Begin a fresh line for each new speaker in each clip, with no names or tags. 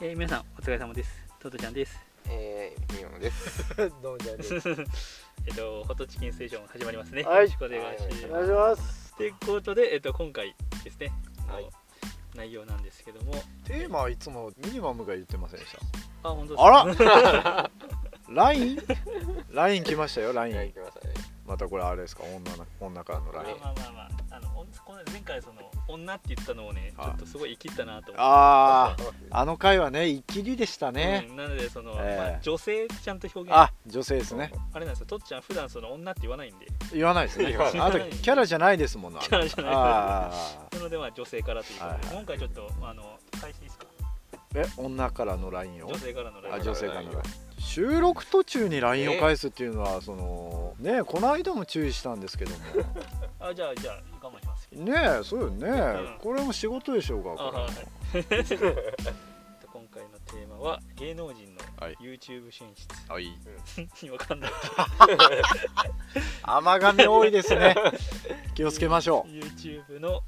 えー皆さんお疲れ様ですトトちゃん です
えー、ミオンです。
どうもじゃあ
えっとホットチキンステーション始まりますね、
はい
よろしくお願いし
お
お
ます
願いします
ということで、えっと、今回ですね、
はい
の内容なんですけども
テーマはいつもミニマムが言ってませんでした
あ本当です
あ
から
LINE?LINE 来ましたよ
はい、
LINE
来ましたね。
またこれあれですか女の女からの
まあ
LINE
まあまあまああのおんこの前回その女って言ったのをねち
はい
ょっとすごい生きったなと思っ
あ
あ
ああの回はね一気にでした
て、
ね、
うんなのでその、
ええ
まあ、女性ちゃんと表現あ
あ女性ですね
れなんですよとっちゃん普段その女って言わないんで
言わないですね
言わ
ない
あとキャラじゃないですもんな
キャラじゃない
あ
なのでまあ女性からということで、
はいはい
今回ちょっとあの開始いいですか
ーえ女からの LINE を
女性からのライ
あ
ブ
女性からの LINE 収録途中に LINE を返すっていうのはそのねこの間も注意したんですけども
あじゃあじゃあ我慢します
ねえそうよね、
ん
これも仕事でしょう か
あ
これ
はい今回のテーマは芸能人の
はい
YouTube 進出、
あい い
わかんない
甘がみ多いです ね気をつけましょ
YouTube のん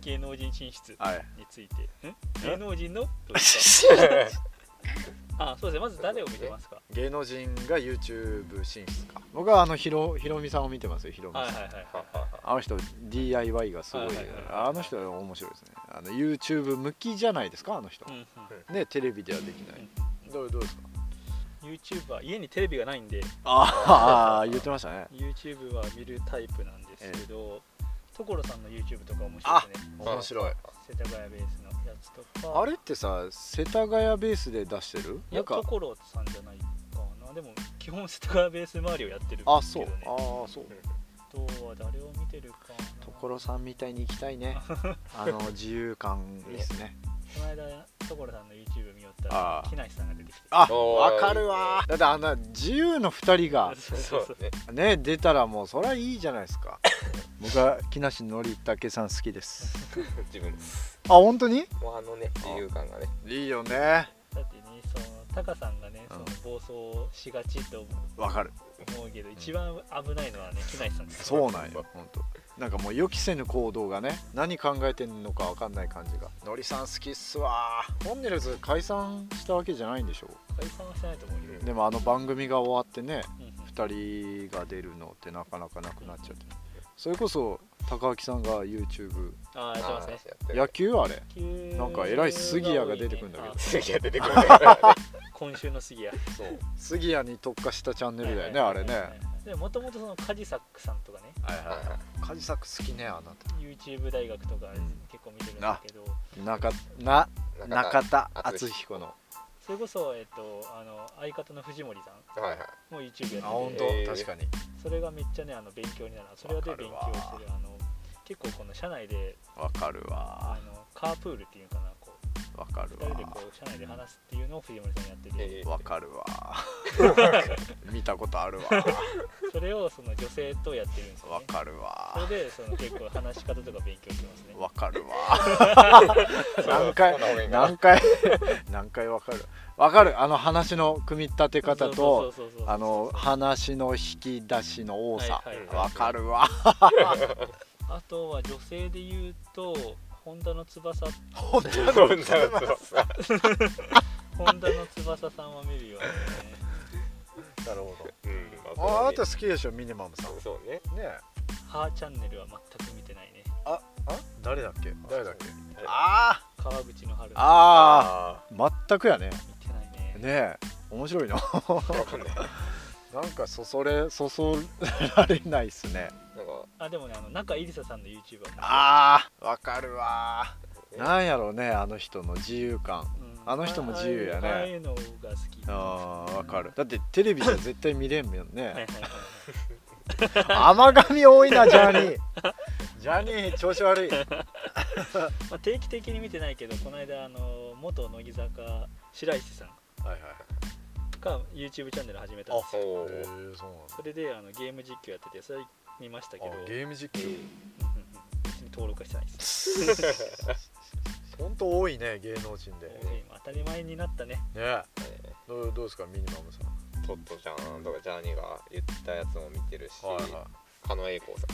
芸能人進出
う はい
についてん芸能人のどう ですかあそうですねまず誰を見てますか
芸能人が YouTube 進出か僕はあのひろひろみさんを見てますよひろみさ
は
ん、
いはいはいはい
あの人 DIY がすごい,、
はいはいはい
あの人は面白いですねあの YouTube 向きじゃないですかあの人
うん、うん
ねテレビではできない、どうどうですか
YouTube は家にテレビがないんで
ああ言ってましたね
YouTube は見るタイプなんですけど、所さんの YouTube とか面白いですね
面白い
世田谷ベースのやつとか
あれってさ世田谷ベースで出してる
い
な
や
んか
所さんじゃないかなでも基本世田谷ベース周りをやってるけど、ね、
あそうああそう
あとは誰を見てるかな
所さんみたいに行きたい ねあの自由感いいですね
この間所さんの YouTube 見よった
あ
ら
ー
木梨さんが出てきて
あ
おー
わかるわだってあんな自由の2人が
そう
そ
そうう
そ
そうう
ね。
ね出たらもうそりゃいいじゃないです か僕は木梨憲武さん好きです
自分です。
あ本当に
もうあのね、自由感がね。
いいよね
だってねそのタカさんがね
う
そ
ん
の暴走しがちと
わかる
思うけど、一番危ないのはね木梨さんです
そう なんよ本当なんかもう予期せぬ行動がね何考えてんのかわかんない感じがのりさん好きっすわトンネルズ解散したわけじゃないんでしょ
解散はしてないと思うよ、
でもあの番組が終わってね
うんうん
2人が出るのってなかなかなくなっちゃってそれこそ高木さんが YouTube
ああやってますね
野球あれ
野球
なんか偉い杉谷が出てくんだけど
あ
すげえ出てくるからね。
今週の杉谷
そう杉谷に特化したチャンネルだよね
はい
あ
は
れ
い
ね
はいはいでもともとそのカジサックさんとかね
カジサック好きねあな
YouTube 大学とか
うん
結構見てるんだけど、
た中な中田
敦
敦彦の
それこそ、えっと、あの相方の藤森さん
はいはい。
も YouTube や
あ
っ
本
て
当、
て
えー
確かに
それがめっちゃねあの勉強になるそれで勉
わかる
強
わ
してるあの結構この社内で
わかる
あ
わ
のカープールっていうのかなこう
わかる
2人でこう社内で話すっていうのを藤森さんやってて
え
わわかるわ 見たことあるわ
それをその女性とやってるんですよ
わ
ね
かる
それ
わ
でその結構話し方とか勉強してますね
わかるわ 何回何回 何回わかるわかるあの話の組み立て方と
そうそうそうそうそう
あの話の引き出しの多さ
はいはい
わかるわ
あとは女性で言うと本田の翼
本当
そんなことさ。
本田の翼さんは見るよね
なるほど
うん。
ああなた好きでしょミニマムさん
そうね。
ねえ
ハーチャンネルは全く見てないね
ああ誰だっけ誰だっけ
あ
あ
川口の春
あ
あ
あ全くやね
見てないね
ねえ面 白いな
ー。わかんない。なんか
なんかそそれそそられないっすね
あでもねあの中井りささんの YouTube は
ああわかるわなんやろうねあの人の自由感
面白いうん
あの人も自由やね
ああいうのが好き
あーわかるだってテレビじゃ絶対見れんもん
はいはい
ね
はいはい
甘がみ多い なジャーニージャーニー調子悪い
まあ、定期的に見てないけどこの間あの元乃木坂白石さん
はい
が YouTube チャンネル始めたんですよ
お
へえ
ー
そうなんだ
それであのゲーム実況やっててそれ見ましたけどうんうんうん
ーム実況
別に登録はしてないです
本当多いね芸能人で
もうね当たり前になったね
ねどうどうですかミニマムさん
トットちゃんとかジャーニーが言ったやつも見てるし、狩野英孝さ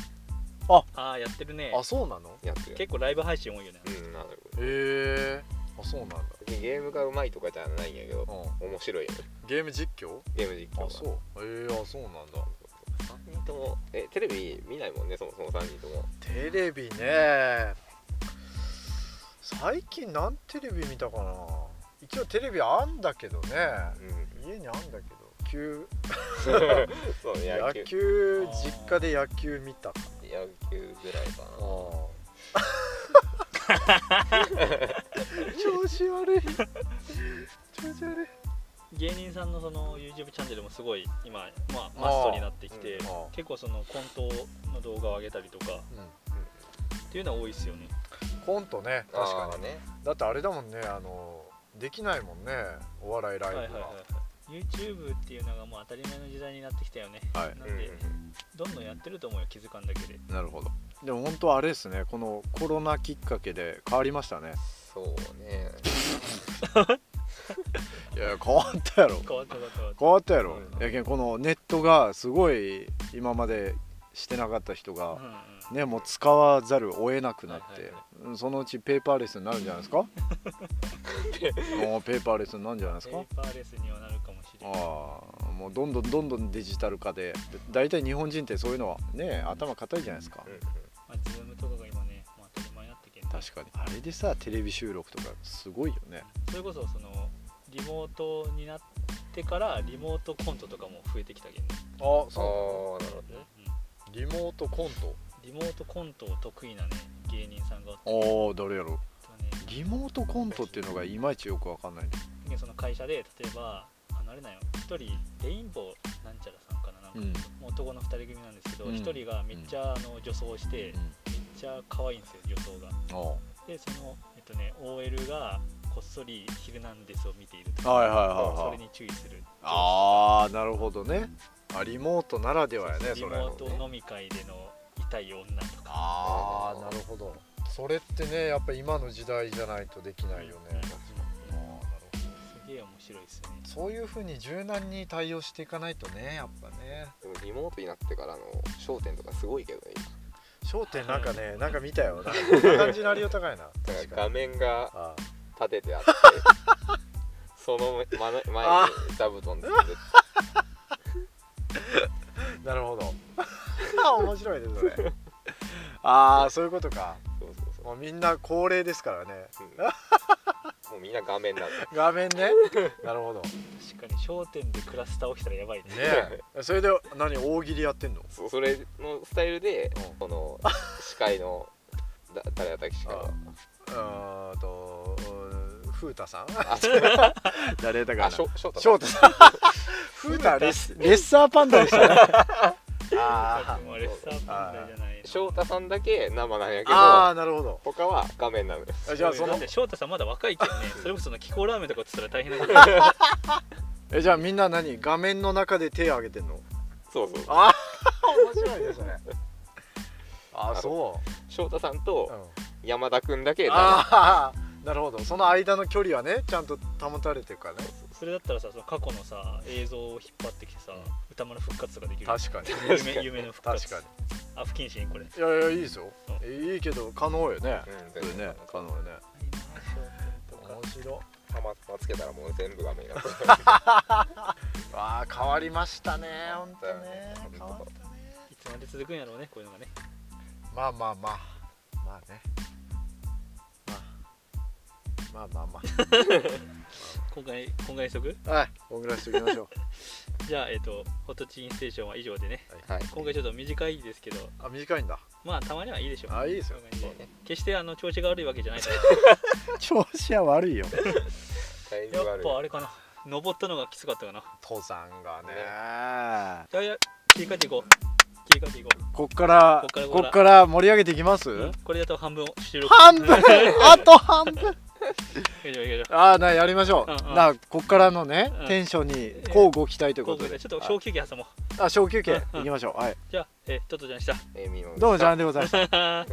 ああやってるね
あそうな
ん
の
やってる。
結構ライブ配信多いよね
うん、なる
へえあそうなんだ、
別にゲームがうまいとかじゃないんやけど
う
面白いよね
ん、ゲーム実況
ゲーム実況
あ
が
そうえー、あそうなんだ
3人ともえテレビ見ないもんねそもそも3人とも
テレビね最近何テレビ見たかな一応テレビあんだけどね
うん
家にあんだけど球
そうね
野
野
球
球
実家で野球見たか
野球ぐらいか
な
な
調子悪い調子悪い
芸人さんのその YouTube チャンネルもすごい今、まあ、マストになってきて
うんあー
結構そのコントの動画を上げたりとかっていうのは多いですよね
コントね確か
あーね
にだってあれだもんねあのできないもんねお笑いライ
はい
ブが、
はいはいはい YouTube っていうのがもう当たり前の時代になってきたよね
はい
な
うんんうん
でどんどんやってると思うよ気づかんだけで
なるほどでも本当あれですねこのコロナきっかけで変わりましたね
そうね
いや変わったやろ
変わった変わった変わっ
変わったやろ
うん
やけんこのネットがすごい今までしてなかった人
たう
が
んうん
ねもう使わざるを得なくなって、
はいはいは
うんそのうちペーパーレスになるんじゃないですかもうペーパーレスになるんじゃないです
ペ
か
ーパーレスにはなるかもしれない
ああもうどんどんどんどんデジタル化でで大体日本人ってそういうのはね頭固いじゃないですか
うんうん
まあ、Zoom とかが今ね、まあ、当たり前になってきてね
確かにあれでさテレビ収録とかすごいよね
それこそそのリモートになってからリモートコントとかも増えてきたけどね、
あ
ああなるほど
うリモートコント
リモートコントを得意なね芸人さんがおって
ああ誰やろ
ね
リモートコントっていうのがいまいちよくわかんないんだ
でその会社で例えば離れないよ1人レインボーなんちゃらさんかななんか、
うん
男の2人組なんですけど、
うん
1人がめっちゃあの女装して、
うん
めっちゃ可愛いんですよ女装が
あ
でそのえっとね OL がこっそり「ヒルナンデス」を見ていると
あはいはい
そ
はいは
れ
い
に注意する
ああなるほどねあリモートならではやねそ
リ
れ
モート飲み会での痛い女とか
ああなるほどそれってねやっぱ今の時代じゃないとできないよ
うん
ねあーなるほど
すげえ面白いですね
そういうふうに柔軟に対応していかないとねやっぱね
でもリモートになってからの『焦点』とかすごいけどね
『焦点』なんかねなんか見たよなんかこんな感じのありよ う高いな
今だ
確
か
から
画
に
面が
あ
立て てあってそのま前
あ
に座布団作る
ーな るほど面白いねそれああそういうことか
そうそうそう
もうみんな高齢ですからね
うんもうみんな画面なんだ
画面 ねなるほど
確かに商店でクラスター起きたらやばいね
ねえそれで何大喜利やってんの
そうそれのスタイルで
うん
その司会のだ誰やったっけ司会は
うーんとうーん風太さん
あそう
誰だ
あしょ翔太
翔太さん風太レスレッサーパンダでしたね あ
もうレッサーパンダじゃないの
翔太さんだけ生なんやけど
あーなるほど
他は画面なのよ
あじゃあそ
だっ
の
て翔太さんまだ若いけど ねそれこそその気候ラーメンとか売ってたら大変だけど
えじゃあみんな何画面の中で手を挙げてんの
そうそう
あー面白いねそれあーそ
翔太さん
う、う
と
ん、
山田君だけ生
あーなるほどその間の距離はねちゃんと保たれてるからね
それだったらさその過去のさ映像を引っ張ってきてさ、
うん
歌丸復活とかできる
確かに
夢夢の復
確
活
かに
あ不謹慎これ
いやいやいいですよ
う
いいけど可能よね
うん
それ
全然
ね可能よね
とか
面白
たまたまつけたらもう全部画面が
わあ変わりましたね本当ね
本当
変わったね
いつまで続くんやろうねこういうのがね
まあまあまあまあねまあまあまあ
今回今回速
まあはいおぐらしておきまし ょう
じゃあえっ、とホットチキンステーションは以上でね
はい
今回ちょっと短いですけど
あ短いんだ
まあたまにはいいでしょう
あいいですよ
こういう感じで
そうね
決してあの調子が悪いわけじゃない から
調子は悪いよ
だいぶ
やっ
悪い
ぱあれかな登ったのがきつかったかな
登山がね
いやいや切り替えていこう切り替えていこ
こっから
こっから
こっから盛り上げていきます
う、うんこれだと半分終了
半 分あと半分
いいよいいよいいよ
ああなやりましょう、
うんうん
なこっからのね、
うん
テンションに交互期待という
こ
こ
うことれ
で
ちょっと小休憩挟もう
あ小休憩
うん
いきましょうはい
じゃあえー、トットちゃんでした
えーみも
どうもジャ
ゃ
ンでございました